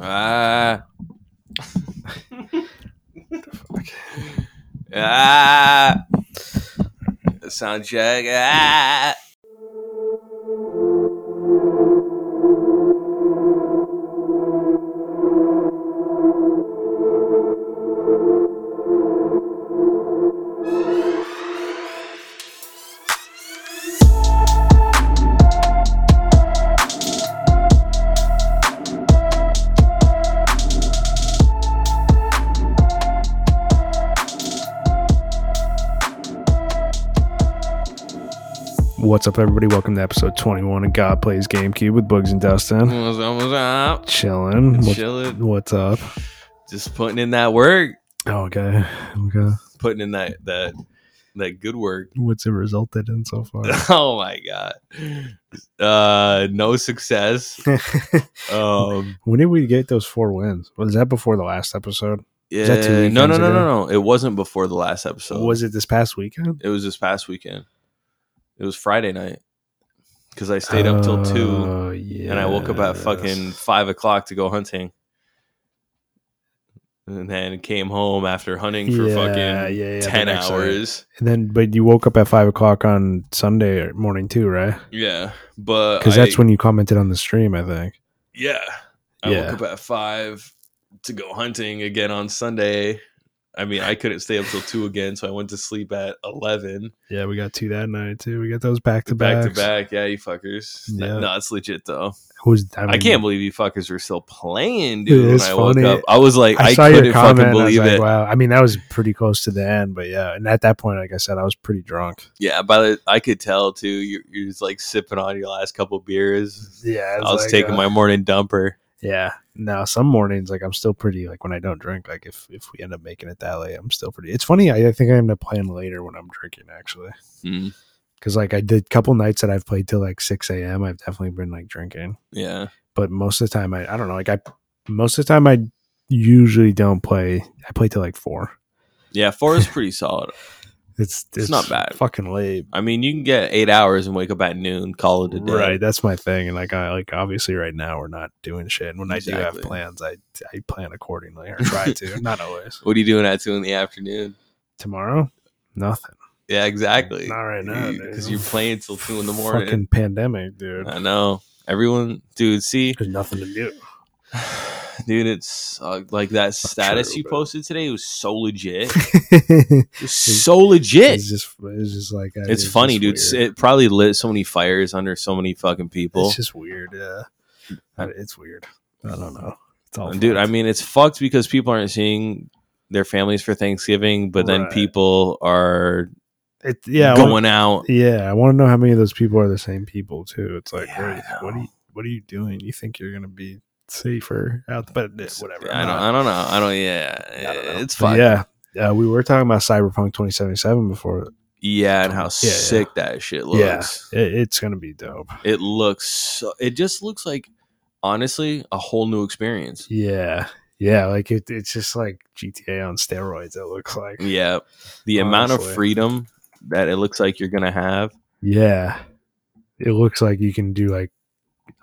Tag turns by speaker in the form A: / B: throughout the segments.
A: Ah. Fuck. ah. Sound check. Ah.
B: What's up, everybody? Welcome to episode 21 of God Plays GameCube with Bugs and Dustin.
A: What's up? What's up?
B: Chilling. What-
A: Chilling.
B: What's up?
A: Just putting in that work.
B: Oh, okay. Okay.
A: Putting in that that that good work.
B: What's it resulted in so far?
A: Oh my god. Uh no success. Um
B: when did we get those four wins? Was that before the last episode?
A: yeah,
B: that two
A: no no no
B: weekends
A: no
B: ago?
A: no. It wasn't before the last episode.
B: was it this past weekend?
A: It was this past weekend. It was Friday night because I stayed up till two
B: Oh, yes.
A: and I woke up at fucking five o'clock to go hunting, and then came home after hunting for
B: Yeah,
A: fucking
B: yeah, yeah, the
A: ten
B: next day.
A: hours.
B: And then, but you woke up at five o'clock on Sunday morning too, right?
A: Yeah, but
B: Because
A: I-
B: that's when you commented on the stream, I think.
A: yeah I
B: Yeah.
A: woke up at five to go hunting again on Sunday. I mean, I couldn't stay up till two again, so I went to sleep at eleven.
B: Yeah, we got two that night too. We got those back to
A: Back to back, yeah, you fuckers.
B: Yeah.
A: No, it's legit though.
B: Who's I,
A: I
B: mean,
A: can't believe you fuckers were still playing,
B: It
A: dude. When
B: is
A: I woke
B: funny.
A: up, I was like, I,
B: I, saw
A: couldn't
B: your comment.
A: fucking
B: and I was
A: believe
B: like,
A: it.
B: Wow. I mean, that was pretty close to the end, but yeah. And at that point, like I said, I was pretty drunk.
A: Yeah, by the I could tell too. You're, you're just like sipping on your last couple beers.
B: Yeah,
A: I was
B: uh,
A: taking my morning dumper.
B: Yeah. Now some mornings, like I'm still pretty. Like when I don't drink, like if if we end up making it that late, I'm still pretty. It's funny. I, I think I end up playing later when I'm drinking actually,
A: Mm,
B: because like I did couple nights that I've played till like six a.m. I've definitely been like drinking,
A: yeah,
B: but most of the time I I don't know. Like I most of the time I usually don't play. I play till like four.
A: yeah. Four is pretty solid.
B: It's
A: It's not bad.
B: Fucking late.
A: I mean, you can get eight hours and wake up at noon, call it a day.
B: Right, that's my thing, and like I like obviously right now we're not doing shit. And when I do
A: Exactly.
B: have plans, I I plan accordingly or try to. not always.
A: What are you doing at two in the afternoon?
B: Tomorrow, nothing.
A: Yeah, exactly.
B: Not right now, dude.
A: because you, are playing till two in the morning.
B: Fucking pandemic, dude.
A: I know. Everyone, dude. See,
B: There's nothing to do.
A: dude, it's uh, like that status
B: true,
A: you
B: but-
A: posted today was so legit.
B: it's
A: It was so legit.
B: just it's just like I-
A: It's funny,
B: just
A: dude.
B: weird.
A: It probably lit so many fires under so many fucking people.
B: It's just weird. Yeah, I- it's weird. I don't know. It's all
A: Dude, I
B: fucked.
A: mean, it's fucked because people aren't seeing their families for Thanksgiving, but then
B: Right.
A: people are
B: it, yeah, I wanna-
A: going out.
B: yeah. I want to know how many of those people are the same people too. It's like,
A: Yeah,
B: what,
A: I
B: what are you what are you doing? You think you're gonna be safer out? But whatever.
A: I don't,
B: I'm not-
A: I don't know. I don't, yeah.
B: I don't know.
A: It's
B: But
A: fucked. Yeah.
B: Yeah. Uh, we were talking about Cyberpunk 2077 before.
A: and how
B: Yeah, yeah.
A: sick that shit
B: Yeah.
A: looks.
B: It, it's going to be dope.
A: It looks, so, it just looks like, honestly, a whole new experience.
B: Yeah. Yeah. Like it, it's just like GTA on steroids, it looks like.
A: Yeah. The amount of
B: Honestly.
A: freedom that it looks like you're going to have.
B: Yeah. It looks like you can do like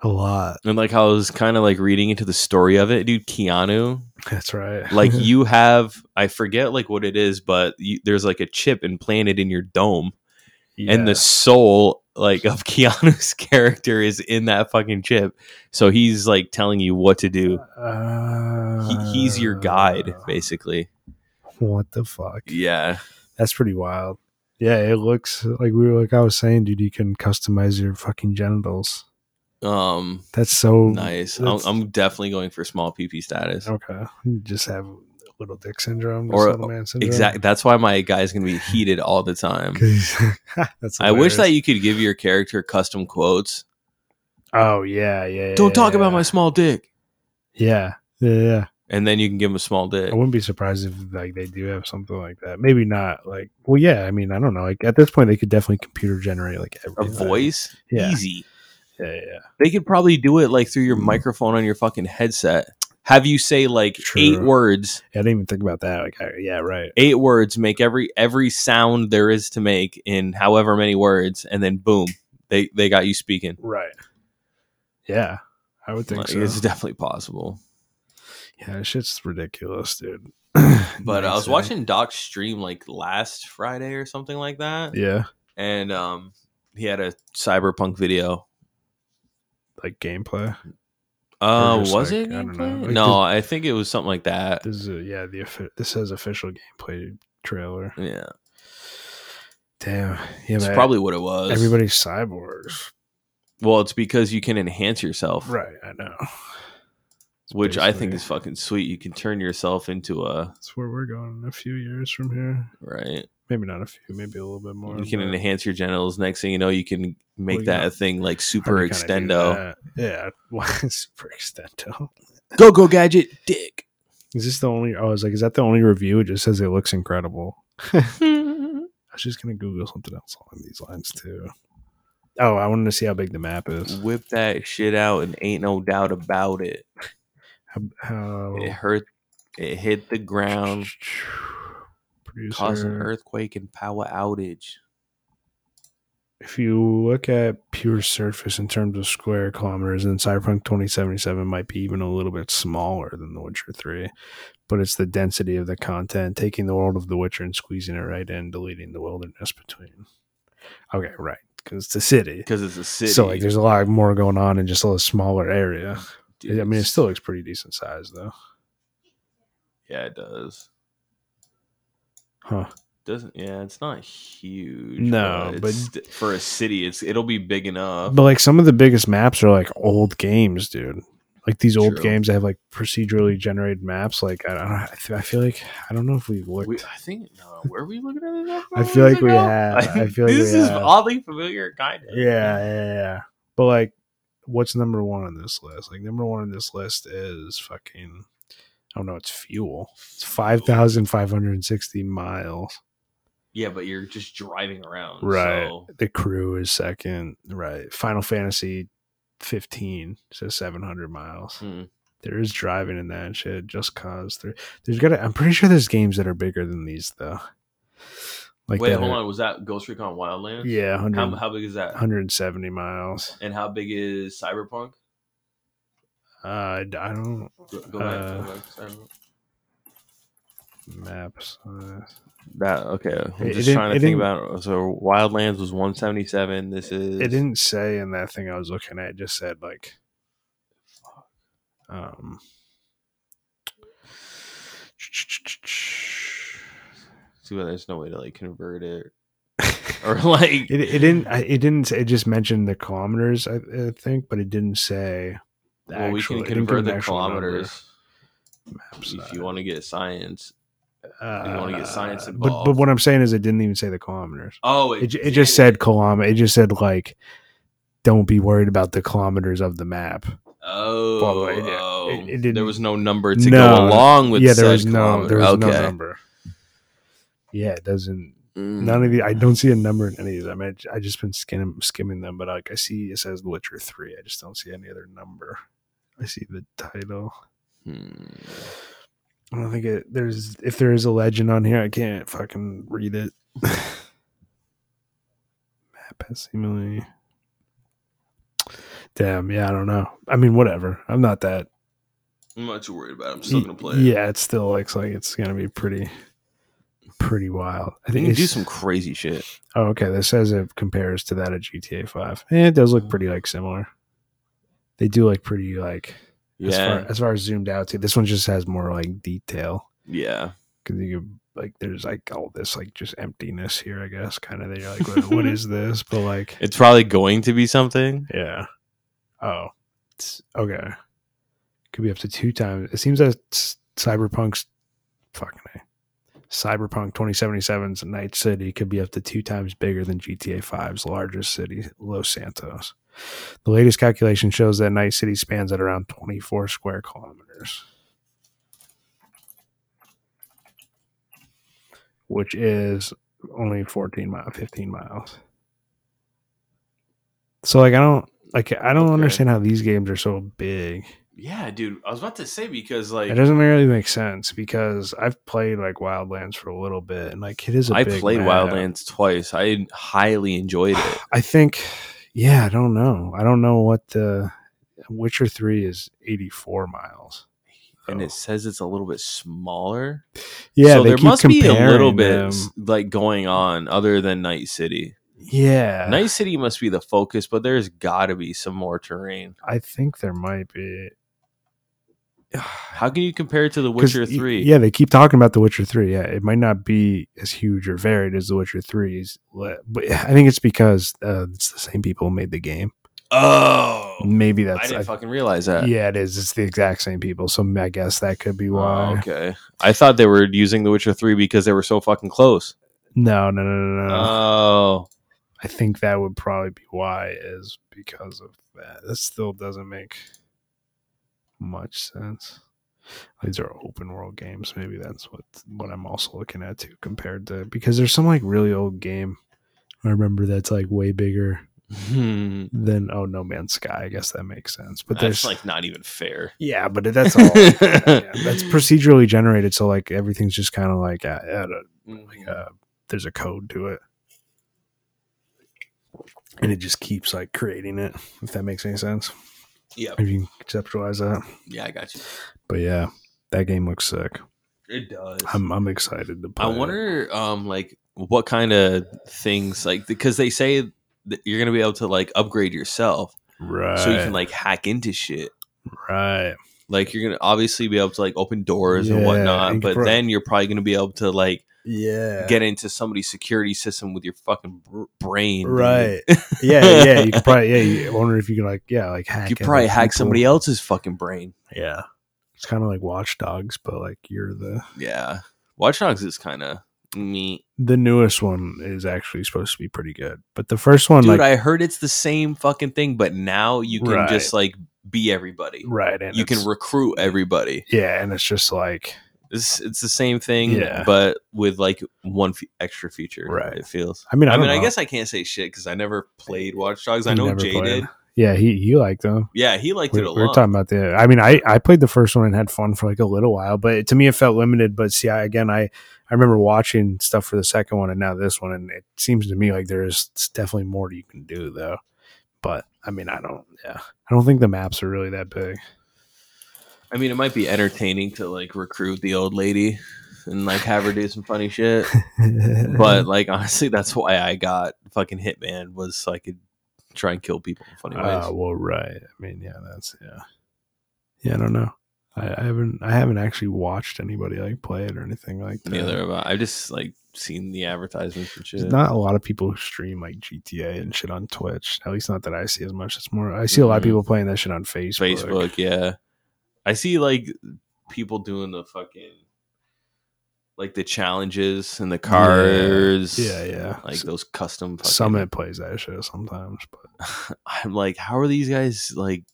B: a lot.
A: And like how I was kind of like reading into the story of it, dude. Keanu,
B: That's right.
A: like you have, I forget like what it is, but you, there's like a chip implanted in your dome, and the soul like of Keanu's character is in that fucking chip. So he's like telling you what to do. He,
B: Uh,
A: he's your guide, basically.
B: What the fuck?
A: Yeah,
B: That's pretty wild. Yeah, it looks like we were like I was saying, dude. You can customize your fucking genitals.
A: um,
B: That's so
A: nice. I'm,
B: that's-
A: I'm definitely going for small PP status.
B: Okay. You just have little dick syndrome
A: Or-
B: or little man syndrome.
A: Exactly. That's why my guy's gonna be heated all the time.
B: 'Cause- That's
A: I wish that
B: hilarious.
A: you could give your character custom quotes.
B: Oh yeah, yeah. yeah,
A: don't talk
B: yeah,
A: about my small dick
B: Yeah. Yeah, yeah.
A: and then you can give him a small dick
B: I wouldn't be surprised if like they do have something like that. Maybe not. Like, well, yeah. I mean, I don't know. Like at this point, they could definitely computer generate like
A: a
B: everything.
A: voice
B: Yeah.
A: easy
B: Yeah, yeah.
A: they could probably do it like through your microphone on your fucking headset have you say like
B: True.
A: eight words
B: I didn't even think about that. Like, I, yeah, right.
A: eight words make every every sound there is to make in however many words and then boom they they got you speaking
B: Right. Yeah, I would think
A: Like,
B: so.
A: it's definitely possible
B: Yeah, that shit's ridiculous, dude.
A: But I was watching Doc's stream like last Friday or something like that,
B: Yeah,
A: and um, he had a cyberpunk video.
B: like gameplay.
A: Uh,
B: just,
A: was
B: like,
A: it?
B: I don't know,
A: gameplay?
B: like,
A: no, I think it was something like that.
B: This is a, yeah the offi- this says official gameplay trailer.
A: Yeah,
B: Damn, yeah,
A: it's
B: man.
A: probably what it was.
B: everybody's cyborgs,
A: well, it's because you can enhance yourself,
B: right? I know. It's
A: which I think
B: basically-
A: is fucking sweet. You can turn yourself into a
B: That's where we're going in a few years from here.
A: right.
B: Maybe not a few, maybe a little bit more.
A: you can
B: but
A: enhance your genitals. Next thing you know, you can make
B: Well,
A: that
B: yeah.
A: a thing like
B: I can
A: super
B: kinda do
A: extendo.
B: that. Yeah, why super extendo?
A: Go go gadget dick.
B: Is this the only? Oh, I was like, is that the only review? It just says it looks incredible. I was just gonna Google something else along these lines too. Oh, I wanted to see how big the map is.
A: Whip that shit out and ain't no doubt about it.
B: How, how
A: It hurt. It hit the ground,
B: producer.
A: caused an earthquake and power outage.
B: If you look at pure surface in terms of square kilometers, then Cyberpunk 2077 might be even a little bit smaller than The Witcher 3, but it's the density of the content, taking the world of The Witcher and squeezing it right in, deleting the wilderness between. Okay, right, because it's a city.
A: Because it's a city.
B: So like, there's a lot more going on in just a little smaller area.
A: dude.
B: I mean, it still looks pretty decent size though.
A: yeah, it does.
B: Huh.
A: Doesn't yeah, it's not huge.
B: No,
A: but,
B: but-
A: it's st- for a city, it's it'll be big enough.
B: But like some of the biggest maps are like old games, dude. Like these old
A: True.
B: games that have like procedurally generated maps. Like I don't, know, I, feel, I feel like I don't know if we've looked.
A: We, I think no, were we looking at this?
B: I feel like we
A: ago?
B: have. I feel like
A: this
B: we
A: is
B: have.
A: oddly familiar, kind of.
B: yeah, yeah, yeah. But like, what's number one on this list? Like number one on this list is fucking. I don't know. It's fuel. It's five thousand five hundred and sixty miles.
A: yeah, but you're just driving around,
B: Right.
A: So
B: The crew is second. Right. Final Fantasy fifteen says seven hundred miles.
A: Hmm.
B: There is driving in that shit. Just cause there, there's gotta. I'm pretty sure there's games that are bigger than these though. Like
A: Wait,
B: that
A: hold
B: are-
A: on. Was that Ghost Recon Wildlands?
B: Yeah, 100,
A: How, how big is that?
B: 170 miles.
A: And how big is Cyberpunk?
B: Uh, I d- I don't
A: Go, go back,
B: Uh,
A: go back to Cyberpunk.
B: maps. Uh,
A: That okay. I'm
B: It
A: just
B: didn't-
A: trying
B: it
A: to think
B: didn't-
A: about. it. So Wildlands was 177. This is
B: it didn't say in that thing I was looking at. It just said like, um,
A: See, well, there's no way to like convert it or like
B: it, it didn't. I- It didn't. say- It just mentioned the kilometers, I, I think, but it didn't say. the
A: well, we
B: actual-
A: can
B: it didn't give
A: convert
B: an
A: the
B: actual number.
A: kilometers
B: Maps,
A: if
B: uh,
A: you want to get science.
B: uh,
A: wanna get science
B: But, but
A: involved.
B: what I'm saying is, it didn't even say the kilometers.
A: Oh,
B: It, ju- it just said kilometer. It just said like, don't be worried about the kilometers of the map.
A: Oh,
B: Blah, blah, yeah.
A: oh.
B: It- it didn't-
A: there was no number to
B: No.
A: go along with.
B: yeah, there
A: said
B: was no, there was
A: kilometer.
B: no
A: okay.
B: number. Yeah, it doesn't.
A: Mm.
B: None of the. I don't see a number in any of them. I, I just been skim, skimming them, but like I see it says The Witcher Three. I just don't see any other number. I see the title.
A: Hmm.
B: I don't think it. There's if there is a legend on here, I can't fucking read it. Map has seemingly. Damn. Yeah, I don't know. I mean, whatever. I'm not that.
A: I'm not too worried about. it. I'm still gonna play. it.
B: Yeah, it still looks like it's gonna be pretty, pretty wild. I
A: you
B: think
A: can do
B: it's-
A: some crazy shit.
B: Oh, okay. This says it compares to that of GTA Five. Eh, it does look pretty like similar. They do like pretty like as
A: Yeah,
B: far as far as zoomed out to. This one just has more like detail
A: yeah.
B: because you could like there's like all this like just emptiness here. I guess kind of that you're like, what, what is this? But like,
A: It's probably going to be something.
B: yeah. Oh, it's, okay. Could be up to two times. It seems that s- Cyberpunk's fucking A. Cyberpunk 2077's Night City could be up to two times bigger than GTA 5's largest city, Los Santos. The latest calculation shows that Night City spans at around 24 square kilometers, which is only 14 miles, 15 miles. So, like, I don't. Like I don't
A: Okay.
B: understand how these games are so big.
A: Yeah, dude. I was about to say because like
B: It doesn't really make sense because I've played like Wildlands for a little bit, and like it is. a
A: I
B: big
A: played
B: map.
A: Wildlands twice. I highly enjoyed it.
B: I think, yeah, I don't know. I don't know what the Witcher Three is. Eighty-four miles.
A: and it says it's a little bit smaller.
B: Yeah,
A: so
B: they
A: there
B: keep
A: must be a little
B: comparing
A: bit
B: them.
A: s- like going on other than Night City.
B: Yeah,
A: Night City must be the focus, but there's got to be some more terrain.
B: I think there might be.
A: How can you compare it to The
B: 'Cause
A: Witcher
B: y-
A: Three?
B: Yeah, they keep talking about The Witcher Three. Yeah, it might not be as huge or varied as The Witcher Three's, le- but I think it's because uh, it's the same people who made the game.
A: Oh,
B: Maybe
A: I
B: that's
A: didn't
B: I-
A: fucking realize that.
B: yeah, it is. It's the exact same people, so I guess that could be why.
A: Oh, okay. I thought they were using The Witcher Three because they were so fucking close.
B: No, no, no, no, no.
A: Oh,
B: I think that would probably be why is because of that. That still doesn't make much sense. These are open world games. Maybe that's what what I'm also looking at too, compared to because there's some like really old game I remember that's like way bigger
A: Hmm.
B: than oh No Man's Sky. I guess that makes sense. But
A: that's
B: there's
A: like not even fair.
B: yeah, but that's all yeah, that's procedurally generated. So like everything's just kind of like at, at a
A: Mm,
B: like uh, there's a code to it and it just keeps like creating it if that makes any sense
A: Yeah,
B: if you can conceptualize that
A: yeah, I got you.
B: but yeah that game looks sick
A: It does.
B: i'm, I'm excited to play
A: I
B: it.
A: wonder, um, like what kind of things, like because they say that you're gonna be able to like upgrade yourself,
B: right
A: so you can like hack into shit.
B: right
A: Like you're gonna obviously be able to like open doors
B: Yeah,
A: and whatnot,
B: and
A: but
B: pro-
A: then you're probably gonna be able to like
B: yeah
A: get into somebody's security system with your fucking br- brain, dude.
B: right yeah yeah you could probably yeah you I wonder if you could like yeah like hack
A: You
B: into
A: could probably hack
B: people.
A: somebody else's fucking brain.
B: yeah it's kind of like watchdogs but like you're the
A: Yeah, Watch Dogs is kind of me,
B: the newest one is actually supposed to be pretty good but the first one
A: dude.
B: like
A: I heard it's the same fucking thing, but now you can
B: Right.
A: just like be everybody.
B: right and
A: You can
B: it's-
A: recruit everybody.
B: yeah and it's just like
A: It's it's the same thing,
B: Yeah.
A: but with like one fe extra feature.
B: Right.
A: It feels.
B: i mean i,
A: I,
B: don't
A: mean, I
B: know.
A: guess I can't say shit because I never played Watch Dogs. I
B: You
A: know
B: never
A: Jay
B: played
A: did.
B: it. yeah he he liked them
A: Yeah, he liked it
B: we're,
A: a
B: we're
A: lot.
B: talking about the i mean i i played the first one and had fun for like a little while but to me it felt limited but see I, again i i remember watching stuff for the second one and now this one and it seems to me like there's definitely more you can do though but i mean i don't yeah i don't think the maps are really that big
A: I mean, it might be entertaining to like recruit the old lady and like have her do some funny shit. But like honestly, that's why I got fucking Hitman was so I could try and kill people in funny ways.
B: Uh, well, right. I mean, yeah, that's yeah. Yeah, I don't know. I, I haven't I haven't actually watched anybody like play it or anything like that.
A: Neither of I. I've just like seen the advertisements and
B: There's
A: shit.
B: not a lot of people who stream like GTA and shit on Twitch. At least not that I see as much. It's more I see a lot of
A: Mhm.
B: people playing that shit on Facebook.
A: Facebook, yeah. I see like people doing the fucking like the challenges and the cars.
B: Yeah, yeah.
A: Like
B: S-
A: those custom fucking,
B: Summit plays that shit sometimes, but
A: I'm like, how are these guys like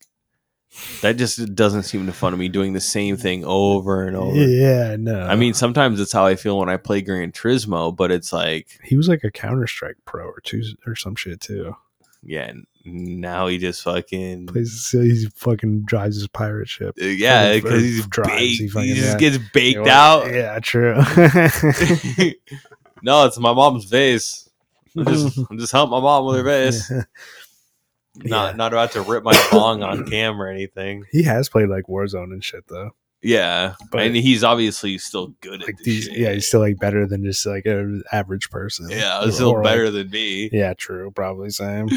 A: that just doesn't seem to fun to me doing the same thing over and over.
B: yeah, no.
A: I mean, sometimes it's how I feel when I play Gran Turismo, but it's like,
B: he was like a Counter Strike pro or two or some shit too.
A: yeah, n- now he just fucking uh,
B: Plays so he fucking drives his pirate ship.
A: yeah,
B: fucking
A: because he's
B: drives, he
A: baked. He,
B: fucking-
A: just
B: yeah.
A: gets baked
B: Yeah,
A: out.
B: Yeah, true.
A: no, it's my mom's vase. I'm just, I'm just helping my mom with her vase. Not
B: Yeah.
A: not about to rip my bong on camera or anything.
B: He has played like Warzone and shit though.
A: Yeah,
B: But-
A: and he's obviously still good at
B: Like
A: this
B: these,
A: shit.
B: yeah, he's still like better than just like an average person.
A: yeah,
B: Or-
A: it's still
B: or, like-
A: better than me.
B: yeah, true. Probably same.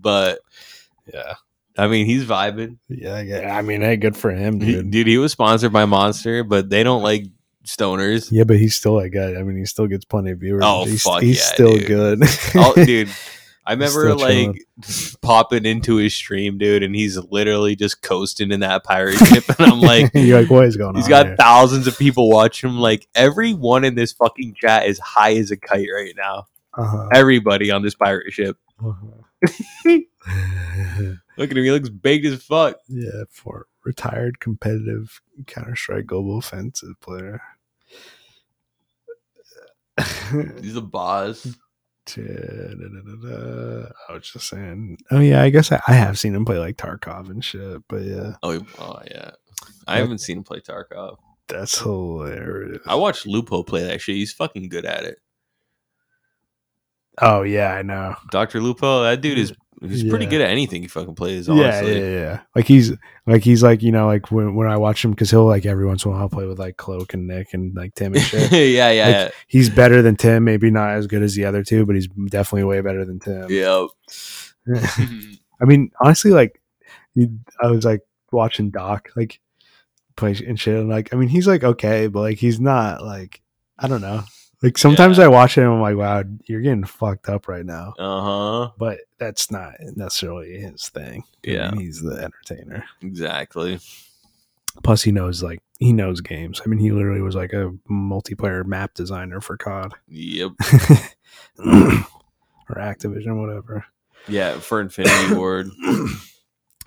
A: But
B: yeah,
A: I mean, he's vibing,
B: yeah, yeah. I mean, hey, good for him,
A: He-
B: dude.
A: dude. He was sponsored by Monster, but they don't like stoners.
B: Yeah, but he's still like, good. I mean, he still gets plenty of viewers.
A: Oh,
B: he's,
A: fuck
B: he's
A: yeah,
B: still
A: dude.
B: good.
A: Oh, dude. I
B: He's
A: remember
B: still chilling.
A: like popping into his stream, dude, and he's literally just coasting in that pirate ship, and I'm like,
B: you're like, what is going
A: He's
B: on?
A: got
B: here?
A: thousands of people watching him. Like everyone in this fucking chat is high as a kite right now.
B: Uh-huh.
A: Everybody on this pirate ship.
B: Uh-huh.
A: Look at him. He looks baked as fuck.
B: yeah, for retired competitive Counter Strike Global Offensive player.
A: He's a boss.
B: Da-da-da-da-da. I was just saying. Oh yeah, I guess I, I have seen him play like Tarkov and shit, but yeah,
A: Oh, he- oh yeah. I haven't seen him play Tarkov.
B: that's hilarious.
A: I watched Lupo play that shit. He's fucking good at it.
B: oh yeah, I know.
A: Dr. Lupo, that dude is He's pretty
B: Yeah.
A: good at anything he fucking plays.
B: yeah,
A: Honestly,
B: yeah, yeah. Like he's like he's like you know like when when I watch him because he'll like every once in a while I'll play with like Cloak and Nick and like Tim and shit.
A: yeah, yeah,
B: Like, he's better than Tim, maybe not as good as the other two, but he's definitely way better than Tim.
A: yeah.
B: I mean, honestly, like he, I was like watching Doc like play sh- and shit, and like I mean, he's like okay, but like he's not like I don't know. Like sometimes
A: Yeah.
B: I watch him, I'm like, wow, you're getting fucked up right now.
A: Uh huh.
B: But that's not necessarily his thing. I
A: Yeah.
B: mean, he's the entertainer.
A: Exactly.
B: Plus, he knows like he knows games. I mean, he literally was like a multiplayer map designer for COD
A: Yep.
B: or Activision, whatever.
A: Yeah, for Infinity Ward,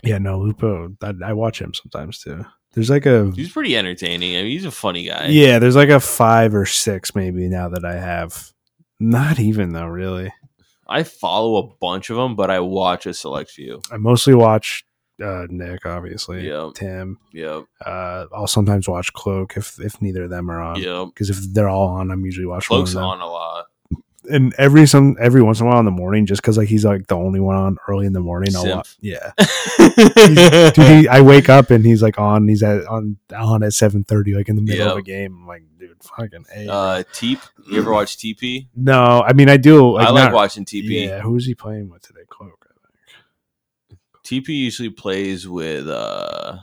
B: yeah, no, Lupo. I, I watch him sometimes too. There's like a
A: he's pretty entertaining. I mean, he's a funny guy.
B: yeah, there's like a five or six maybe now that I have. Not even though, really.
A: I follow a bunch of them, but I watch a select few.
B: I mostly watch uh, Nick, obviously.
A: Yep.
B: Tim.
A: Yep.
B: Uh, I'll sometimes watch Cloak if if neither of them are on.
A: Yep.
B: Because if they're all on, I'm usually watching
A: Cloak's
B: one of
A: on
B: them.
A: a lot.
B: And every some every once in a while in the morning, just because like he's like the only one on early in the morning, I'll
A: Simp.
B: watch. Yeah, dude, he, I wake up and he's like on. He's at on on at seven thirty, like in the middle of a
A: Yep.
B: game. I'm like, dude, fucking. A, bro.
A: uh, Teep. You ever watch TP?
B: No, I mean I do.
A: I like
B: not-
A: watching TP.
B: Yeah, who's he playing with today? Cloak.
A: TP usually plays with uh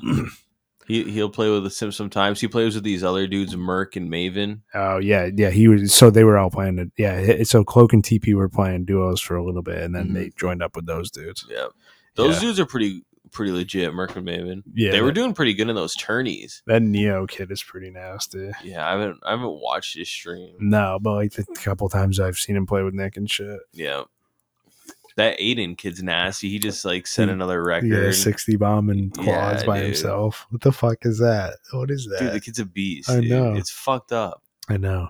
A: he he'll play with the Sim sometimes. He plays with these other dudes, Merc and Maven.
B: Oh yeah, yeah. He was so they were all playing. It, yeah, it- so Cloak and TP were playing duos for a little bit, and then
A: Mhm.
B: they joined up with those dudes.
A: Yeah. Those
B: Yeah.
A: dudes are pretty pretty legit, Merc and Maven.
B: Yeah,
A: They were
B: that-
A: doing pretty good in those tourneys.
B: That Neo kid is pretty nasty.
A: Yeah, I haven't I haven't watched his stream.
B: No, but like the couple times I've seen him play with Nick and shit.
A: Yeah. That Aiden kid's nasty. He just like set
B: He-
A: another
B: He got a
A: record.
B: sixty bomb and
A: Yeah,
B: quads by
A: dude.
B: himself. What the fuck is that? What is that?
A: Dude, the kid's a beast.
B: I
A: dude.
B: know.
A: It's fucked up.
B: I know.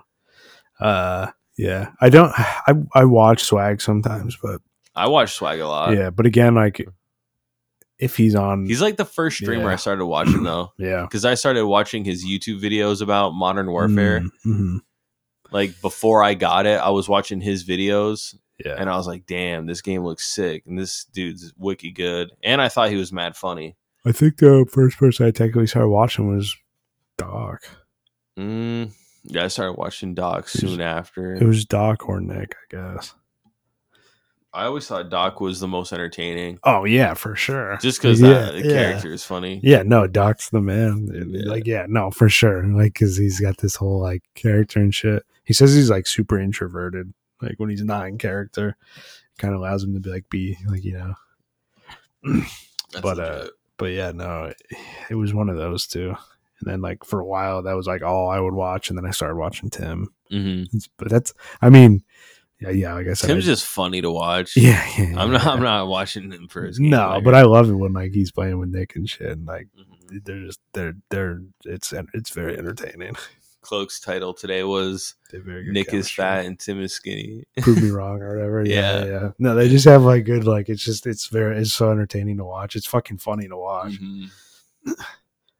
B: Uh, yeah. I don't. I I watch Swag sometimes, but
A: I watch Swag a lot.
B: yeah. But again, like if he's on,
A: Uh, He's like the first streamer
B: Yeah.
A: I started watching though.
B: yeah.
A: Because I started watching his YouTube videos about modern warfare.
B: Mm, mhm.
A: like before I got it, I was watching his videos
B: Yeah.
A: and I was like, damn, this game looks sick and this dude's wiki good. And I thought he was mad funny.
B: I think the first person I technically started watching was Doc.
A: Mm, yeah, I started watching Doc soon
B: It
A: after.
B: was Doc or Nick, I guess.
A: I always thought Doc was the most entertaining
B: Oh yeah, for sure.
A: just because
B: Yeah,
A: that
B: yeah.
A: character is funny.
B: yeah, no, Doc's the man. dude.
A: Yeah.
B: Like, yeah, no, for sure. Like, cause he's got this whole like character and shit. He says he's like super introverted. Like when he's not in
A: Mm-hmm.
B: character, kind of allows him to be like be like you know.
A: That's
B: But, uh,
A: legit.
B: But yeah, no, it, it was one of those two. And then like for a while, that was like all I would watch. And then I started watching Tim.
A: Mhm.
B: It's, but that's, I mean, yeah, yeah. Like I said,
A: Tim's
B: I,
A: just funny to watch.
B: yeah, yeah,
A: I'm
B: yeah.
A: not. I'm not watching him for his. Game
B: No, but I love it when like he's playing with Nick and shit, and like
A: Mhm.
B: they're just they're they're it's it's very entertaining.
A: Cloak's title today was
B: They're very good
A: "Nick is
B: chemistry.
A: fat and Tim is skinny."
B: Prove me wrong or whatever.
A: Yeah.
B: Yeah. yeah, No, they just have like good like it's just it's very it's so entertaining to watch. It's fucking funny to watch.
A: Mhm.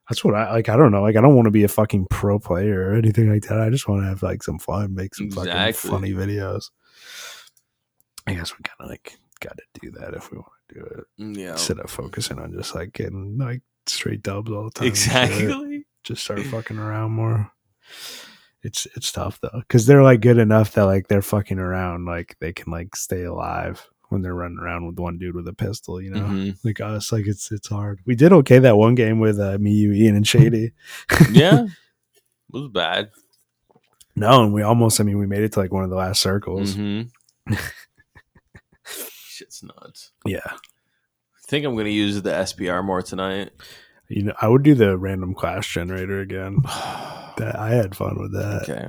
B: That's what I like. I don't know. Like I don't want to be a fucking pro player or anything like that. I just want to have like some fun, make some
A: Exactly.
B: fucking funny videos. I guess we kind of like got to do that if we want to do it.
A: Yeah,
B: Instead of focusing on just like getting like straight dubs all the time. and shit.
A: exactly.
B: just start fucking around more. It's it's tough though because they're like good enough that like they're fucking around, like they can like stay alive when they're running around with one dude with a pistol, you know.
A: Mhm.
B: Like us, like it's it's hard. We did okay that one game with uh, me, you, Ian, and Shady.
A: yeah, it was bad.
B: No, and we almost. I mean, we made it to like one of the last circles.
A: Mhm. Shit's nuts.
B: Yeah,
A: I think I'm gonna use the SPR more tonight.
B: you know, I would do the random clash generator again. That I had fun with that,
A: okay,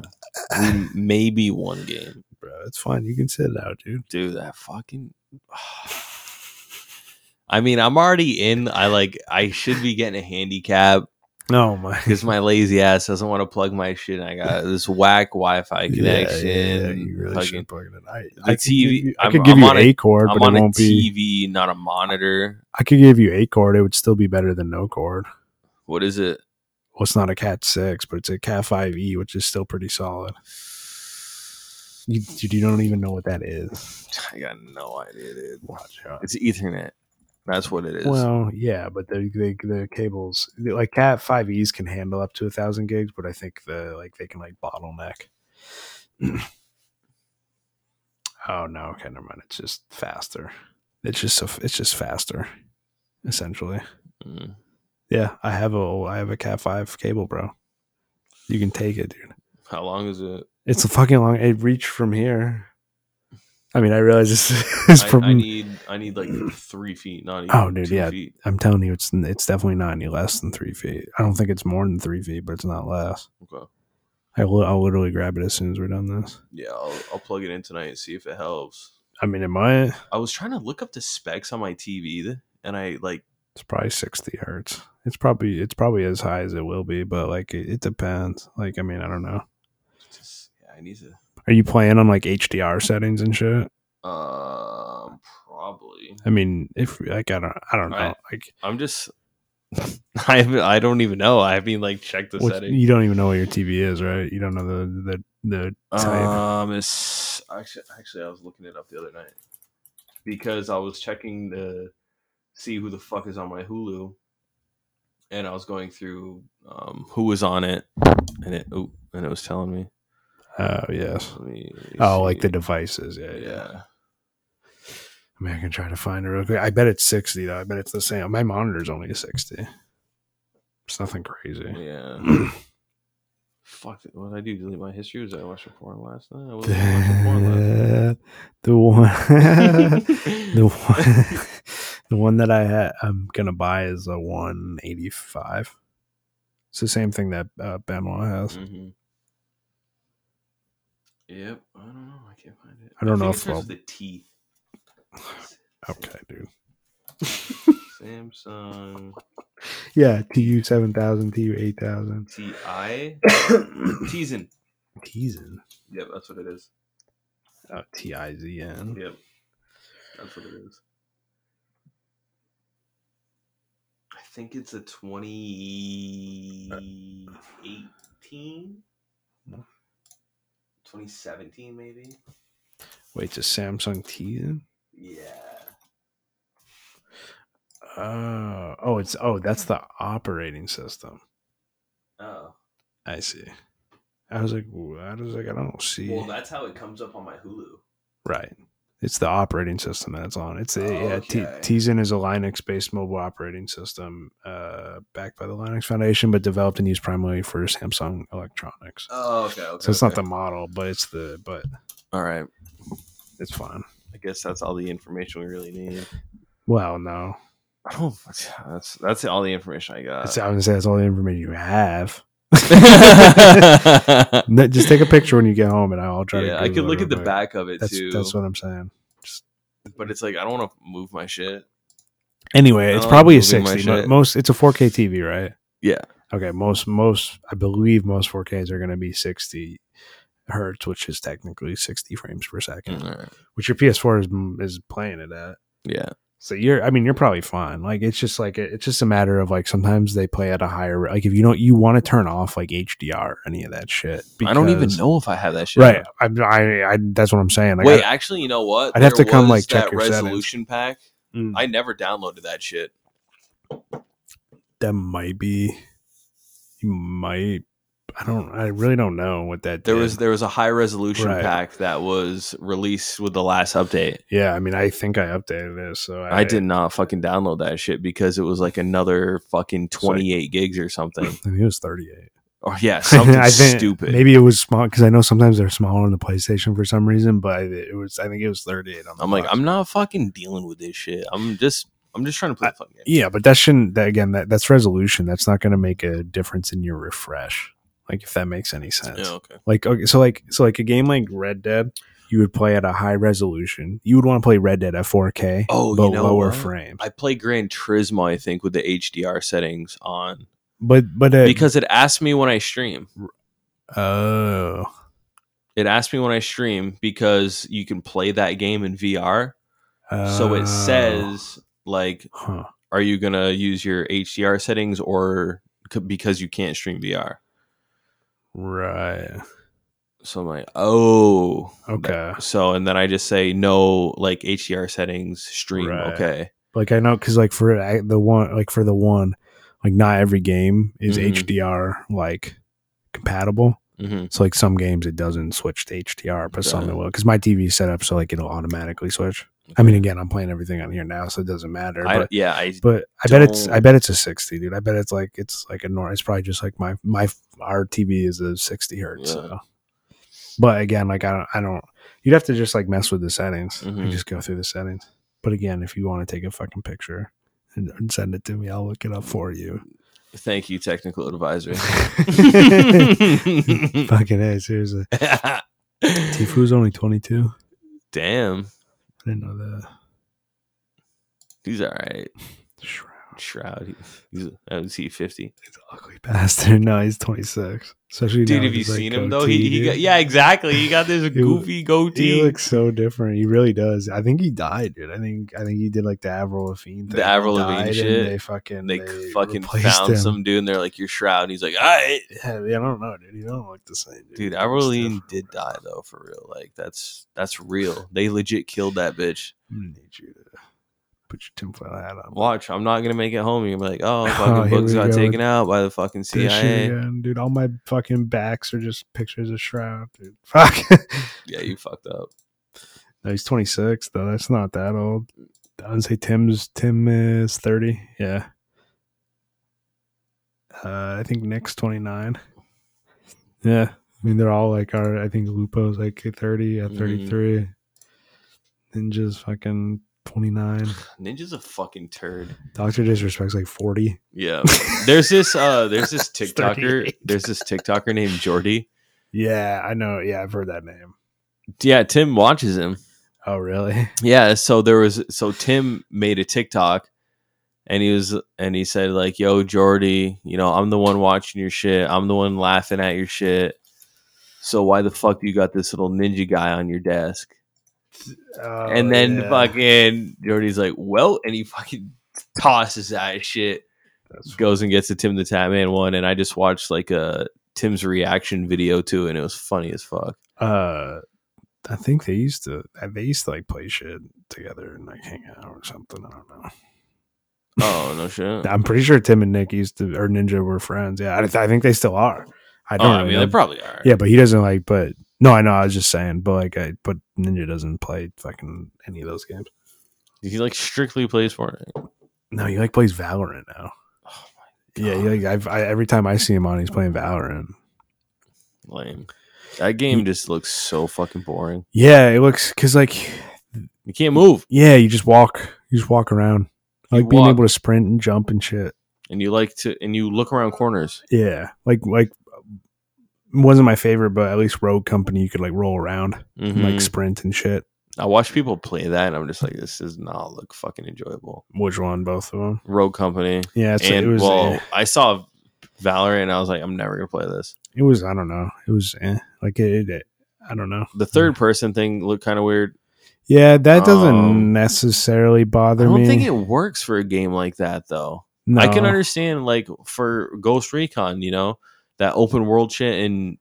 B: uh,
A: we maybe one game,
B: bro. It's fun. You can sit it out, dude.
A: dude. That fucking. I mean, I'm already in. I like. I should be getting a handicap
B: No, my
A: because my lazy ass doesn't want to plug my shit. And I got this whack Wi-Fi connection.
B: you really
A: fucking-
B: should plug it in. I,
A: The
B: I could give
A: TV
B: you- I
A: I'm-
B: could give
A: I'm
B: you
A: on a-
B: a cord,
A: I'm
B: but it
A: on a
B: won't be.
A: TV, not a monitor.
B: I could give you a cord. It would still be better than no cord.
A: What is it?
B: Well, it's not a Cat six, but it's a Cat five E, which is still pretty solid. You, dude, you don't even know what that is.
A: I got no idea, dude.
B: Watch out.
A: It's Ethernet. That's what it is.
B: Well, yeah, but the the, the cables like Cat Five E's can handle up to a thousand gigs, but I think the like they can like bottleneck. oh no! Okay, never mind. It's just faster. It's just so it's just faster, essentially.
A: Mm.
B: Yeah, I have a I have a Cat Five cable, bro. You can take it, dude.
A: How long is it?
B: It's a fucking long. It reached from here. I mean, I realize this is
A: I,
B: from.
A: I need I need like three feet, not even
B: Oh, dude,
A: two
B: yeah.
A: feet.
B: I'm telling you, it's it's definitely not any less than three feet. I don't think it's more than three feet, but it's not less.
A: Okay.
B: I will, I'll literally grab it as soon as we're done this.
A: Yeah, I'll, I'll plug it in tonight and see if it helps.
B: I mean, it might.
A: I was trying to look up the specs on my TV, and I like
B: It's probably sixty hertz. It's probably it's probably as high as it will be, but like it, it depends. Like I mean, I don't know.
A: just yeah, I need to.
B: Are you playing on like HDR settings and shit?
A: Um, probably.
B: I mean, if like I don't I don't know.
A: Right.
B: Like
A: I'm just. I haven't- I don't even know. I haven't even, like checked the
B: what-
A: setting.
B: you don't even know what your TV is, right? You don't know the the the type.
A: Um, it's actually actually I was looking it up the other night because I was checking to see who the fuck is on my Hulu, and I was going through um who was on it, and it ooh, and it was telling me.
B: Oh yes.
A: Let me
B: Oh, like
A: see.
B: the devices. Yeah, yeah.
A: yeah.
B: I mean, I can try to find it real quick. I bet it's 60, though. I bet it's the same. My monitor's only 60. It's nothing crazy.
A: Yeah. Fuck, what did I do? Delete my history? Was I watching porn last night? I wasn't watching porn
B: the one.
A: last
B: The
A: night.
B: one, the one that I ha- I'm gonna buy is a 185. It's the same thing that uh, Benoit has.
A: Mhm. Yep, I don't know. I can't find it.
B: I don't know
A: think it
B: if
A: starts
B: I'll-
A: with the T.
B: Okay, dude.
A: Samsung
B: Yeah, TU 7000, TU 8000.
A: TI Tizen.
B: Tizen.
A: Yep, that's what it is.
B: Oh, T I Z N.
A: Yep, that's what it is. I think it's a 2018, 2017 maybe.
B: Wait, it's a Samsung Tizen?
A: Yeah.
B: Oh, oh, it's oh, that's the operating system.
A: Oh.
B: I see. I was like, "Wh- I was like, I don't see.
A: Well, that's how it comes up on my Hulu.
B: right. It's the operating system that's on. It's a,
A: Oh,
B: yeah. T-
A: okay.
B: Tizen is a Linux-based mobile operating system, uh, backed by the Linux Foundation, but developed and used primarily for Samsung electronics.
A: Oh, okay. okay
B: so it's not the model, but it's the but
A: All right.
B: it's fine.
A: I guess that's all the information we really need.
B: Well, no,
A: I don't. Oh, That's that's all the information I got.
B: it's, I would say that's all the information you have.
A: yeah,
B: No, Just take a picture when you get home, and I'll try. to
A: I could
B: Google it
A: look
B: real
A: at the
B: quick.
A: back of it
B: That's
A: too,
B: that's what I'm saying.
A: but it's like I don't want to move my shit.
B: Anyway,
A: I
B: it's
A: like
B: probably a
A: Oh, moving my
B: 60. mo-
A: shit.
B: Most it's a 4K TV, right?
A: Yeah.
B: Okay, most most I believe most 4Ks are going to be 60 hertz, which is technically 60 frames per 2nd
A: Mm.
B: which your PS4 is is playing it at.
A: Yeah.
B: So you're, I mean, you're probably fine. Like it's just like it's just a matter of like sometimes they play at a higher. Like if you don't, you want to turn off like HDR, or any of that shit.
A: I don't even
B: because-
A: know if I have that shit.
B: Right, I, I, I, that's what I'm saying. Like,
A: Wait,
B: I,
A: actually, you know what?
B: I'd have
A: There
B: to come,
A: was
B: like, check
A: that
B: your settings.
A: resolution pack.
B: Mm.
A: I never downloaded that shit.
B: that might be, you might. I don't. I really don't know what that.
A: There
B: did.
A: was there was a high resolution
B: Right.
A: pack that was released with the last update.
B: Yeah, I mean, I think I updated this, so I,
A: I did not fucking download that shit because it was like another fucking
B: It's like-
A: 28 gigs or
B: I
A: something.
B: think it was thirty-eight.
A: Or yeah, something
B: I think
A: stupid.
B: Maybe it was small because I know sometimes they're smaller on the PlayStation for some reason, but it was. I think it was thirty-eight. On the
A: I'm like,
B: box.
A: I'm not fucking dealing with this shit. I'm just I'm just trying to play the fucking game.
B: Yeah, but that shouldn't. That, again, that that's resolution. That's not going to make a difference in your refresh. Like, if that makes any sense.
A: Yeah, okay.
B: Like, okay, so like, so like a game like Red Dead, you would play at a high resolution. You would want to play Red Dead at 4K,
A: Oh, you
B: but
A: know
B: lower
A: what?
B: frames.
A: I play Gran Turismo, I think, with the HDR settings on
B: But but uh,
A: because it asks me when I stream.
B: oh,
A: It asks me when I stream because you can play that game in VR. So
B: Oh.
A: it says like,
B: Huh.
A: are you gonna use your HDR settings or c- because you can't stream VR?
B: Right.
A: So I'm like, oh,
B: Okay.
A: so and then I just say no, like HDR settings, stream,
B: Right.
A: okay,
B: Like I know because like for I- the one like for the one like not every game is
A: Mhm.
B: HDR like compatible.
A: hmm
B: So like some games it doesn't switch to HDR, but some
A: Okay.
B: it will because my TV is set up so like it'll automatically switch. I mean, again, I'm playing everything on here now, so it doesn't matter.
A: I,
B: but
A: yeah, I
B: but I bet it's
A: don't-
B: I bet it's a 60, dude. I bet it's like it's like a normal. It's probably just like my my our TV is a 60 hertz.
A: Yeah.
B: So. But again, like I don't I don't. You'd have to just like mess with the settings. Like,
A: Mhm.
B: just go through the settings. But again, if you want to take a fucking picture and, and send it to me, I'll look it up for you.
A: thank you, technical advisory.
B: fucking a seriously. Tifu's only 22.
A: Damn,
B: I didn't know that.
A: he's all right.
B: Shroud.
A: Shroud, he- he's I was he fifty.
B: He's an ugly bastard. No, he's 26. Especially
A: Dude,
B: now
A: have
B: with
A: you
B: his, like,
A: seen him though?
B: goatee,
A: He, he
B: dude.
A: got yeah, exactly. He got this
B: He look-
A: goofy
B: He
A: goatee.
B: looks so different. He really does. I think he died, dude. I think I think he did like the Avril Lavigne thing.
A: The Avril
B: He
A: Lavigne
B: died and
A: shit.
B: They fucking
A: and they, fucking
B: replaced
A: found
B: him.
A: some dude, and they're like, "Your shroud." And he's like, "All right,
B: Yeah, yeah, I don't know, dude. He don't look the same, dude.
A: dude."
B: He
A: Averline
B: looks
A: did
B: different.
A: die though, for real. Like that's that's real. They legit killed that bitch.
B: I'm gonna need you to put your tinfoil hat on.
A: Watch, I'm not gonna make it home. You're gonna be like, "Oh,
B: Oh,
A: fucking
B: here
A: books
B: we
A: got
B: go
A: taken
B: with
A: out by the fucking
B: This shit
A: CIA."
B: again, dude. All my fucking backs are just pictures of Shroud, dude. Fuck.
A: Yeah, you fucked up.
B: No, he's 26 though. That's not that old. I'd say Tim's Tim is 30. Yeah. Uh, I think Nick's 29. Yeah. I mean, they're all like our. I think Lupo's like 30 at
A: Mhm.
B: 33. Ninja's fucking 29.
A: Ninja's a fucking turd.
B: Doctor Disrespect's like 40.
A: Yeah. There's this uh there's this TikToker
B: 38.
A: there's this TikToker named Jordy.
B: Yeah, I know. Yeah, I've heard that name.
A: Yeah, Tim watches him.
B: Oh, really?
A: Yeah, so there was so Tim made a TikTok and he was and he said like, "Yo, Jordy, you know, I'm the one watching your shit. I'm the one laughing at your shit. So why the fuck you got this little ninja guy on your desk?"
B: Oh,
A: and then
B: yeah.
A: fucking Jordy's like, "Well," and he fucking tosses that shit.
B: That's-
A: Goes and gets a Tim the Tatman one, and I just watched like a Tim's reaction video to it, and it was funny as fuck.
B: uh I think they used to they used to like play shit together and like hang out or something. I don't know.
A: Oh no shit!
B: I'm pretty sure Tim and Nick used to or Ninja were friends. Yeah, I, I think they still are. I
A: oh,
B: don't.
A: I
B: really
A: mean,
B: know.
A: they probably are.
B: yeah, but he doesn't like. But no, I know. I was just saying. But like, I but Ninja doesn't play fucking any of those games.
A: he like strictly plays Fortnite.
B: No, he like plays Valorant now.
A: Oh,
B: Yeah, he like I've, I every time I see him on, he's playing Valorant.
A: Lame. That game just looks so fucking boring.
B: Yeah, it looks because like
A: You can't
B: Mm.
A: move,
B: yeah, you just walk, you just walk around. I
A: You
B: like being
A: walk.
B: able to sprint and jump and shit.
A: and you like to, and you look around corners.
B: Yeah, like like wasn't my favorite, but at least Rogue Company you could like roll around, and,
A: Mhm.
B: like sprint and shit.
A: I watch people play that, and I'm just like, this does not look fucking enjoyable.
B: Which one? Both of them?
A: Rogue Company,
B: Yeah, it's,
A: and
B: it was.
A: well,
B: eh.
A: I saw Valorant, and I was like, I'm never gonna play this.
B: It was. I don't know. It was eh, like it, it- I don't know.
A: The third person thing looked kind of weird.
B: Yeah, that doesn't
A: Um,
B: necessarily bother
A: I don't
B: me.
A: think it works for a game like that, though.
B: no.
A: I can understand, like for Ghost Recon, you know, that open world shit and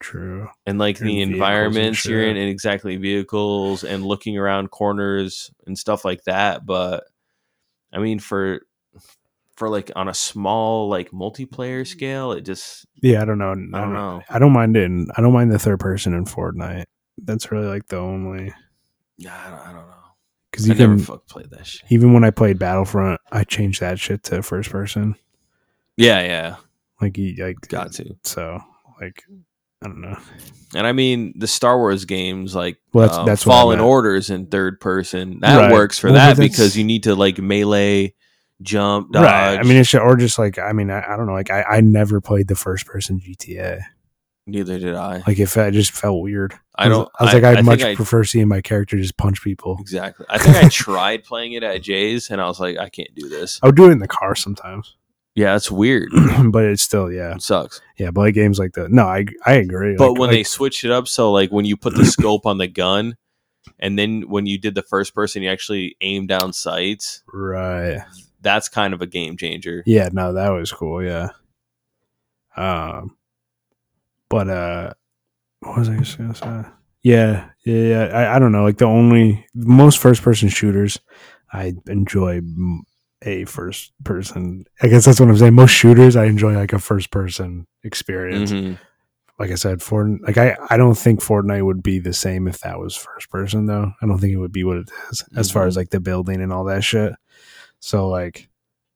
B: True.
A: and like
B: And
A: the
B: vehicles and
A: environments you're in
B: shit.
A: and exactly vehicles and looking around corners and stuff like that but i mean for for like on a small like multiplayer scale it just
B: Yeah, I don't know.
A: i don't know
B: I don't mind it. In, I don't mind the third person in Fortnite. That's really like the only
A: yeah i don't, I don't know
B: because you
A: i
B: can
A: never fuck played that shit
B: even when I played Battlefront, I changed that shit to first person.
A: yeah yeah
B: Like you like
A: got to
B: so like I don't know.
A: and i mean the star wars games like
B: Well, that's- that's what I
A: Um, fallen
B: meant.
A: orders in third person that
B: Right.
A: works for
B: Well, but
A: that
B: that's-
A: because you need to like melee jump dodge
B: Right. I mean, it's or just like I mean, I, I don't know. Like I, I never played the first person GTA.
A: neither did i
B: Like if I just felt weird.
A: i don't
B: I was like, I'd
A: think
B: much
A: I-
B: prefer seeing my character just punch people.
A: Exactly. I think I tried playing it at Jay's and I was like, I can't do this.
B: I would do it in the car sometimes,
A: Yeah, that's weird.
B: but it's still yeah,
A: It sucks.
B: yeah. But like games like that. No, I I agree.
A: But
B: Like-
A: when they
B: like,
A: switched it up, so like when you put the scope on the gun and then when you did the first person, you actually aim down sights,
B: right.
A: that's kind of a game changer.
B: Yeah, no, that was cool. Yeah. Um, but uh, what was I just gonna say? Yeah, yeah, yeah. I, I don't know. Like the only most first person shooters, I enjoy m- a first person. I guess that's what I'm saying. Most shooters, I enjoy like a first person experience.
A: Mhm.
B: Like I said, Fortnite. Like I, I don't think Fortnite would be the same if that was first person though. I don't think it would be what it is as far
A: Mhm.
B: as like the building and all that shit. So like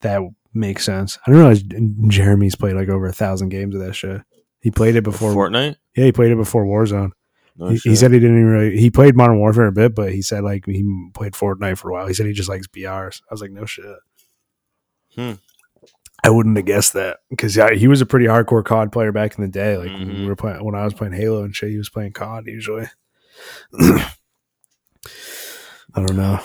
B: that makes sense. I don't realize Jeremy's played like over a thousand games of that shit. He played it before.
A: Fortnite.
B: yeah, he played it before Warzone
A: No
B: he, he
A: shit.
B: said he didn't even really. He played Modern Warfare a bit, but he said like he played Fortnite for a while. He said he just likes BRs. I was like, no shit.
A: Hmm.
B: I wouldn't have guessed that because he was a pretty hardcore COD player back in the day. Like when we
A: Mhm.
B: were playing when I was playing Halo and shit, he was playing COD usually. I don't know.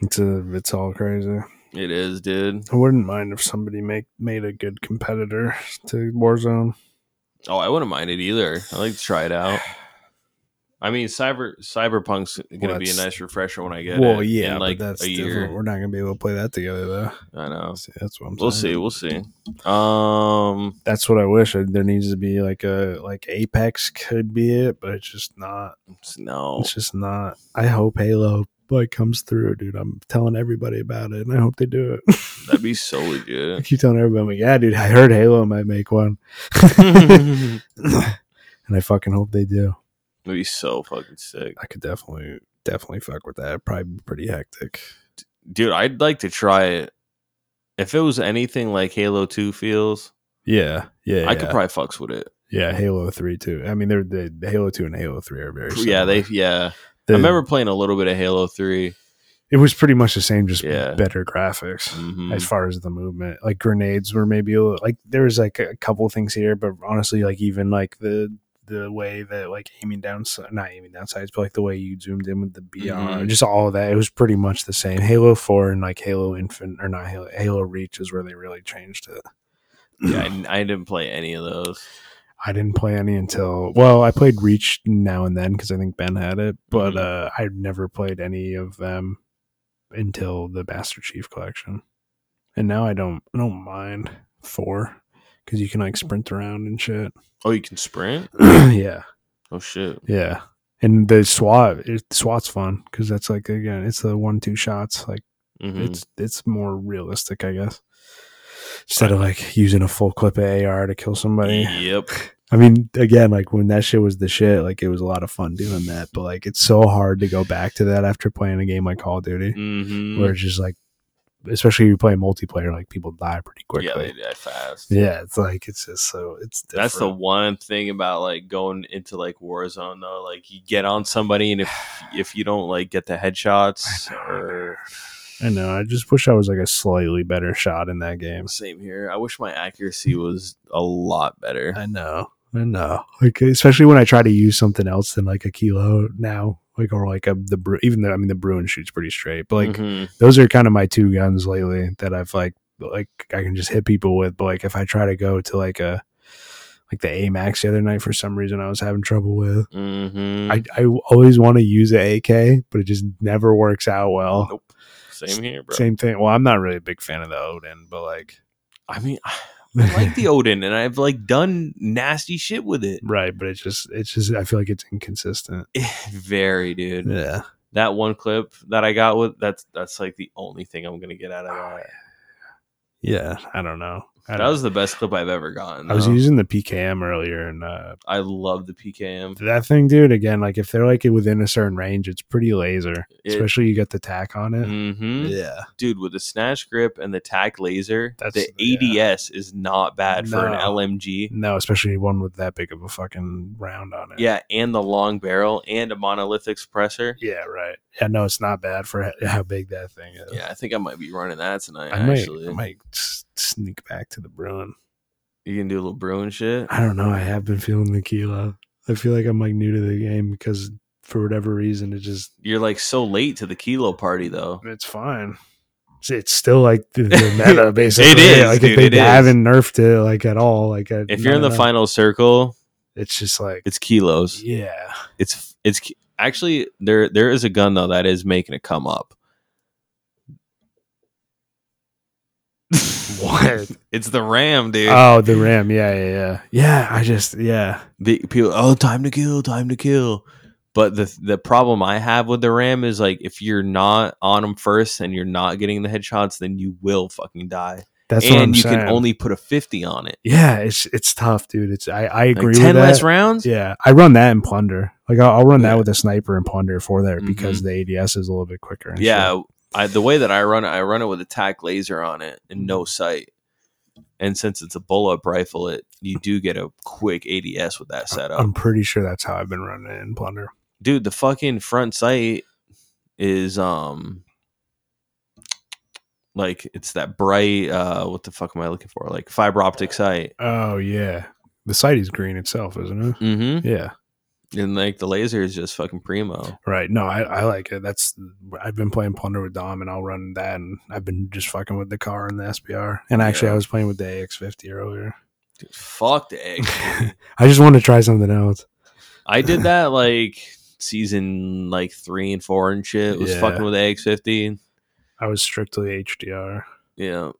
B: It's a, it's all crazy.
A: it is, dude.
B: I wouldn't mind if somebody make made a good competitor to Warzone.
A: Oh, I wouldn't mind it either. I like to try it out. I mean, cyber cyberpunk's gonna
B: Well,
A: be a
B: it's-
A: nice refresher when I get
B: Well,
A: it.
B: yeah,
A: in like
B: but that's
A: a
B: different.
A: year.
B: We're not gonna be able to play that together though.
A: I know.
B: See, that's what I'm
A: We'll see.
B: saying.
A: We'll see. Um,
B: That's what I wish. I- There needs to be like a like Apex could be it, but it's just not.
A: no.
B: It's just not. I hope Halo like comes through, dude. I'm telling everybody about it, and I hope they do it.
A: That'd be so
B: I
A: legit.
B: keep telling everybody, I'm like, yeah, dude. I heard Halo might make one, and
A: That'd
B: I fucking hope they do.
A: be so fucking sick.
B: I could definitely definitely fuck with that. It'd probably be pretty hectic.
A: Dude, I'd like to try it. If it was anything like Halo 2 feels,
B: Yeah, yeah.
A: I could
B: yeah.
A: probably fucks with it.
B: yeah, Halo Three too. I mean, they're they, Halo Two and Halo Three are very
A: Yeah, they
B: similar.
A: yeah.
B: The-
A: I remember playing a little bit of Halo 3.
B: it was pretty much the same, just
A: Yeah.
B: better graphics.
A: Mhm.
B: as far as the movement. Like grenades were maybe a little, like there was like a couple things here, but honestly, like even like the the way that like aiming down, s- not aiming down sights, but like the way you zoomed in with the BR,
A: Mhm.
B: just all of that, it was pretty much the same. Halo Four and like Halo Infant or not Halo, Halo Reach is where they really changed it.
A: Yeah, I, I didn't play any of those.
B: I didn't play any until well, I played Reach now and then because I think Ben had it, but
A: Mhm.
B: uh, I never played any of them until the Master Chief Collection, and now I don't I don't mind four because you can like sprint around and shit.
A: Oh, you can sprint?
B: yeah,
A: Oh shit.
B: yeah, and the SWAT it, SWAT's fun because that's like again it's the one two shots like
A: Mhm.
B: it's it's more realistic I guess instead of like using a full clip of AR to kill somebody.
A: Yep.
B: I mean, again, like when that shit was the shit, like it was a lot of fun doing that. But like, it's so hard to go back to that after playing a game like Call of Duty,
A: Mhm.
B: where it's just like, especially if you play multiplayer, like people die pretty
A: Yeah, they
B: quickly.
A: die fast.
B: Yeah, it's like it's just so it's different.
A: That's the one thing about like going into like Warzone though. Like you get on somebody, and if if you don't like get the headshots, or
B: I know. I just wish I was like a slightly better shot in that game.
A: same here. I wish my accuracy was a lot better.
B: I know. I know. Like especially when I try to use something else than like a kilo now, like or like a the Bru- even though I mean the Bruin shoots pretty straight, but like.
A: Mhm.
B: those are kind of my two guns lately that I've like like I can just hit people with. But like if I try to go to like a like the A Max the other night for some reason I was having trouble with.
A: Mhm.
B: I, I always want to use an AK, but it just never works out well.
A: nope. Same here, bro.
B: Same thing. Well, I'm not really a big fan of the Odin, but like
A: I mean, I like the Odin, and I've like done nasty shit with it.
B: right, but it's just it's just I feel like it's inconsistent.
A: Very, dude.
B: Yeah.
A: That one clip that I got with that's that's like the only thing I'm gonna get out of
B: Oh,
A: that.
B: Yeah. I don't know. I,
A: That
B: don't-
A: was the best clip I've ever gotten.
B: I was
A: though.
B: using the PKM earlier and uh
A: I love the PKM.
B: that thing, dude, again, like if they're like within a certain range, it's pretty laser.
A: It-
B: especially you get the tack on it.
A: hmm
B: Yeah,
A: Dude, with the snatch grip and the tack laser,
B: That's-
A: the
B: yeah.
A: ADS is not bad for an
B: No.
A: LMG.
B: no, especially one with that big of a fucking round on it.
A: Yeah, and the long barrel and a monolithic suppressor.
B: yeah, right. Yeah, no, it's not bad for h- how big that thing is.
A: Yeah, I think I might be running that tonight.
B: I might,
A: actually,
B: I might s- sneak back to the Bruin.
A: you can do a little brewing shit.
B: I don't know. I have been feeling the kilo. I feel like I'm like new to the game because for whatever reason, it just
A: You're like so late to the kilo party though.
B: it's fine. It's- It's still like the, the meta, basically.
A: is,
B: like
A: dude,
B: if
A: it
B: they
A: is.
B: haven't nerfed it like at all. Like I,
A: If you're in the
B: no, no.
A: final circle,
B: it's just like
A: it's kilos.
B: yeah.
A: It's it's ki- actually there. There is a gun though that is making it come up.
B: What?
A: It's the RAM, dude.
B: oh, the Ram. Yeah, yeah, yeah. Yeah, I just yeah.
A: the people oh time to kill time to kill but the the problem i have with the ram is like if you're not on them first and you're not getting the headshots then you will fucking die
B: That's what I'm
A: and you
B: saying.
A: can only put a 50 on it
B: yeah, it's it's tough, dude. It's I I
A: like
B: agree
A: 10
B: with that.
A: less rounds
B: Yeah, I run that in plunder. Like I'll, I'll run
A: Yeah. Mm-hmm.
B: that with a sniper and plunder for there because the ADS is a little bit quicker. and shit.
A: yeah I, the way that i run it i run it with attack laser on it and no sight and since it's a bullet rifle it you do get a quick ads with that setup
B: I'm pretty sure that's how I've been running it in plunder.
A: dude the fucking front sight is um like it's that bright uh what the fuck am i looking for like fiber optic sight
B: Oh yeah, the site is green itself, isn't
A: mm-hmm
B: it? Yeah,
A: and like the laser is just fucking primo
B: right. No, I, I like it. That's I've been playing plunder with Dom, and I'll run that, and I've been just fucking with the car and the SBR. And actually,
A: Yeah.
B: I was playing with the AX50 earlier.
A: dude, fuck the egg
B: I just want to try something else.
A: i did that like season like three and four and shit was
B: Yeah.
A: fucking with the ax50
B: I was strictly HDR.
A: yeah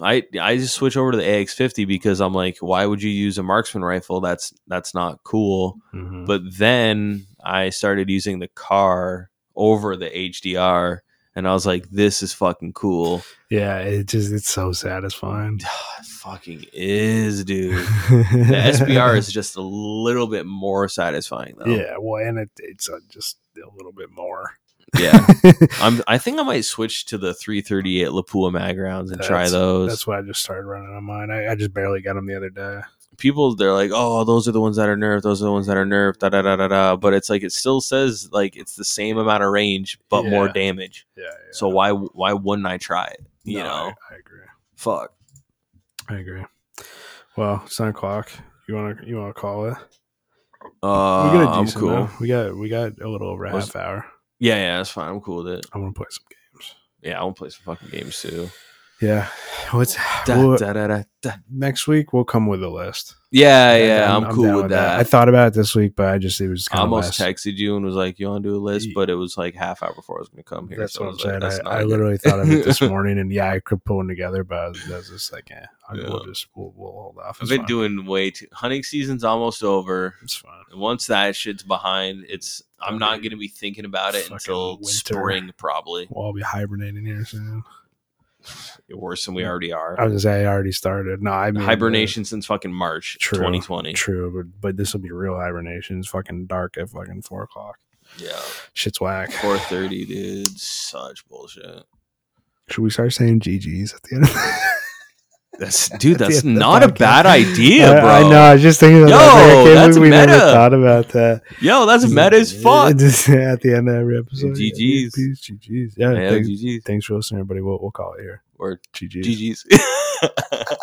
A: I, I just switch over to the AX50 because I'm like, why would you use a marksman rifle? That's that's not cool.
B: Mhm.
A: But then I started using the car over the HDR, and I was like, "This is fucking cool."
B: yeah, it just it's so satisfying.
A: it fucking is, dude. The SBR
B: SBR
A: is just a little bit more satisfying, though.
B: Yeah, well, and it, it's uh, just a little bit more.
A: yeah. I'm. I think I might switch to the 338 Lapua mag rounds and try those.
B: That's why I just started running on mine. I, I just barely got them the other day.
A: People, they're like, "Oh, those are the ones that are nerfed. Those are the ones that are nerfed." Da da da da da. But it's like it still says like it's the same amount of range, but more
B: Yeah.
A: damage.
B: Yeah, yeah.
A: So why why wouldn't I try it? You
B: No,
A: know,
B: I, I agree.
A: fuck.
B: I agree. Well, it's nine o'clock. You want to you want to call it?
A: Uh,
B: we got a
A: I'm
B: decent
A: cool.
B: amount. We got we got a little over a
A: Was-
B: half hour.
A: Yeah, yeah, that's fine. I'm cool with it.
B: I want to play some games.
A: Yeah, I want to play some fucking games too.
B: Yeah. What's
A: Da,
B: well,
A: da, da, da, da.
B: next week? We'll come with a list.
A: Yeah, yeah, I'm,
B: down
A: cool with that.
B: I thought about it this week, but I just it was
A: I
B: kind of
A: almost texted you and was like, "You want to do a list?" But it was like half hour before I was going to come here.
B: That's
A: so
B: what
A: I
B: I'm
A: was like,
B: saying.
A: that's not
B: I, I
A: good.
B: literally thought of it this morning, and yeah, I could pull them together, but I was, I was just like, eh, I, we'll
A: Yeah.
B: just we'll, we'll hold off.
A: I've
B: It's
A: been
B: fine.
A: doing way too. Hunting season's almost over.
B: It's fine.
A: Once that shit's behind, it's I'm not going to be thinking about it
B: Fucking
A: until
B: winter.
A: spring, probably
B: We'll all be hibernating here soon.
A: worse than we already are.
B: I was gonna say I already started. No, I mean
A: Hibernation since fucking March
B: True.
A: 2020.
B: uh, true, but but this will be real hibernation. It's fucking dark at fucking four o'clock.
A: Yeah,
B: Shit's whack.
A: 4:30, dude. Such bullshit.
B: Should we start saying GGs at the end? Of
A: That's dude.
B: At the
A: That's
B: end of the
A: not a
B: podcast.
A: bad idea, bro.
B: I, I know. I was just thinking. About
A: Yo,
B: that. I can't believe
A: that's
B: we never
A: meta.
B: thought about that.
A: Yo, that's meta as fuck.
B: Just at the end of every episode. yeah,
A: GGs.
B: peace, GGs. Yeah.
A: Yeah,
B: thanks,
A: GG's.
B: thanks for listening, everybody. We'll, we'll call it here.
A: Or
B: GGs.
A: GG's.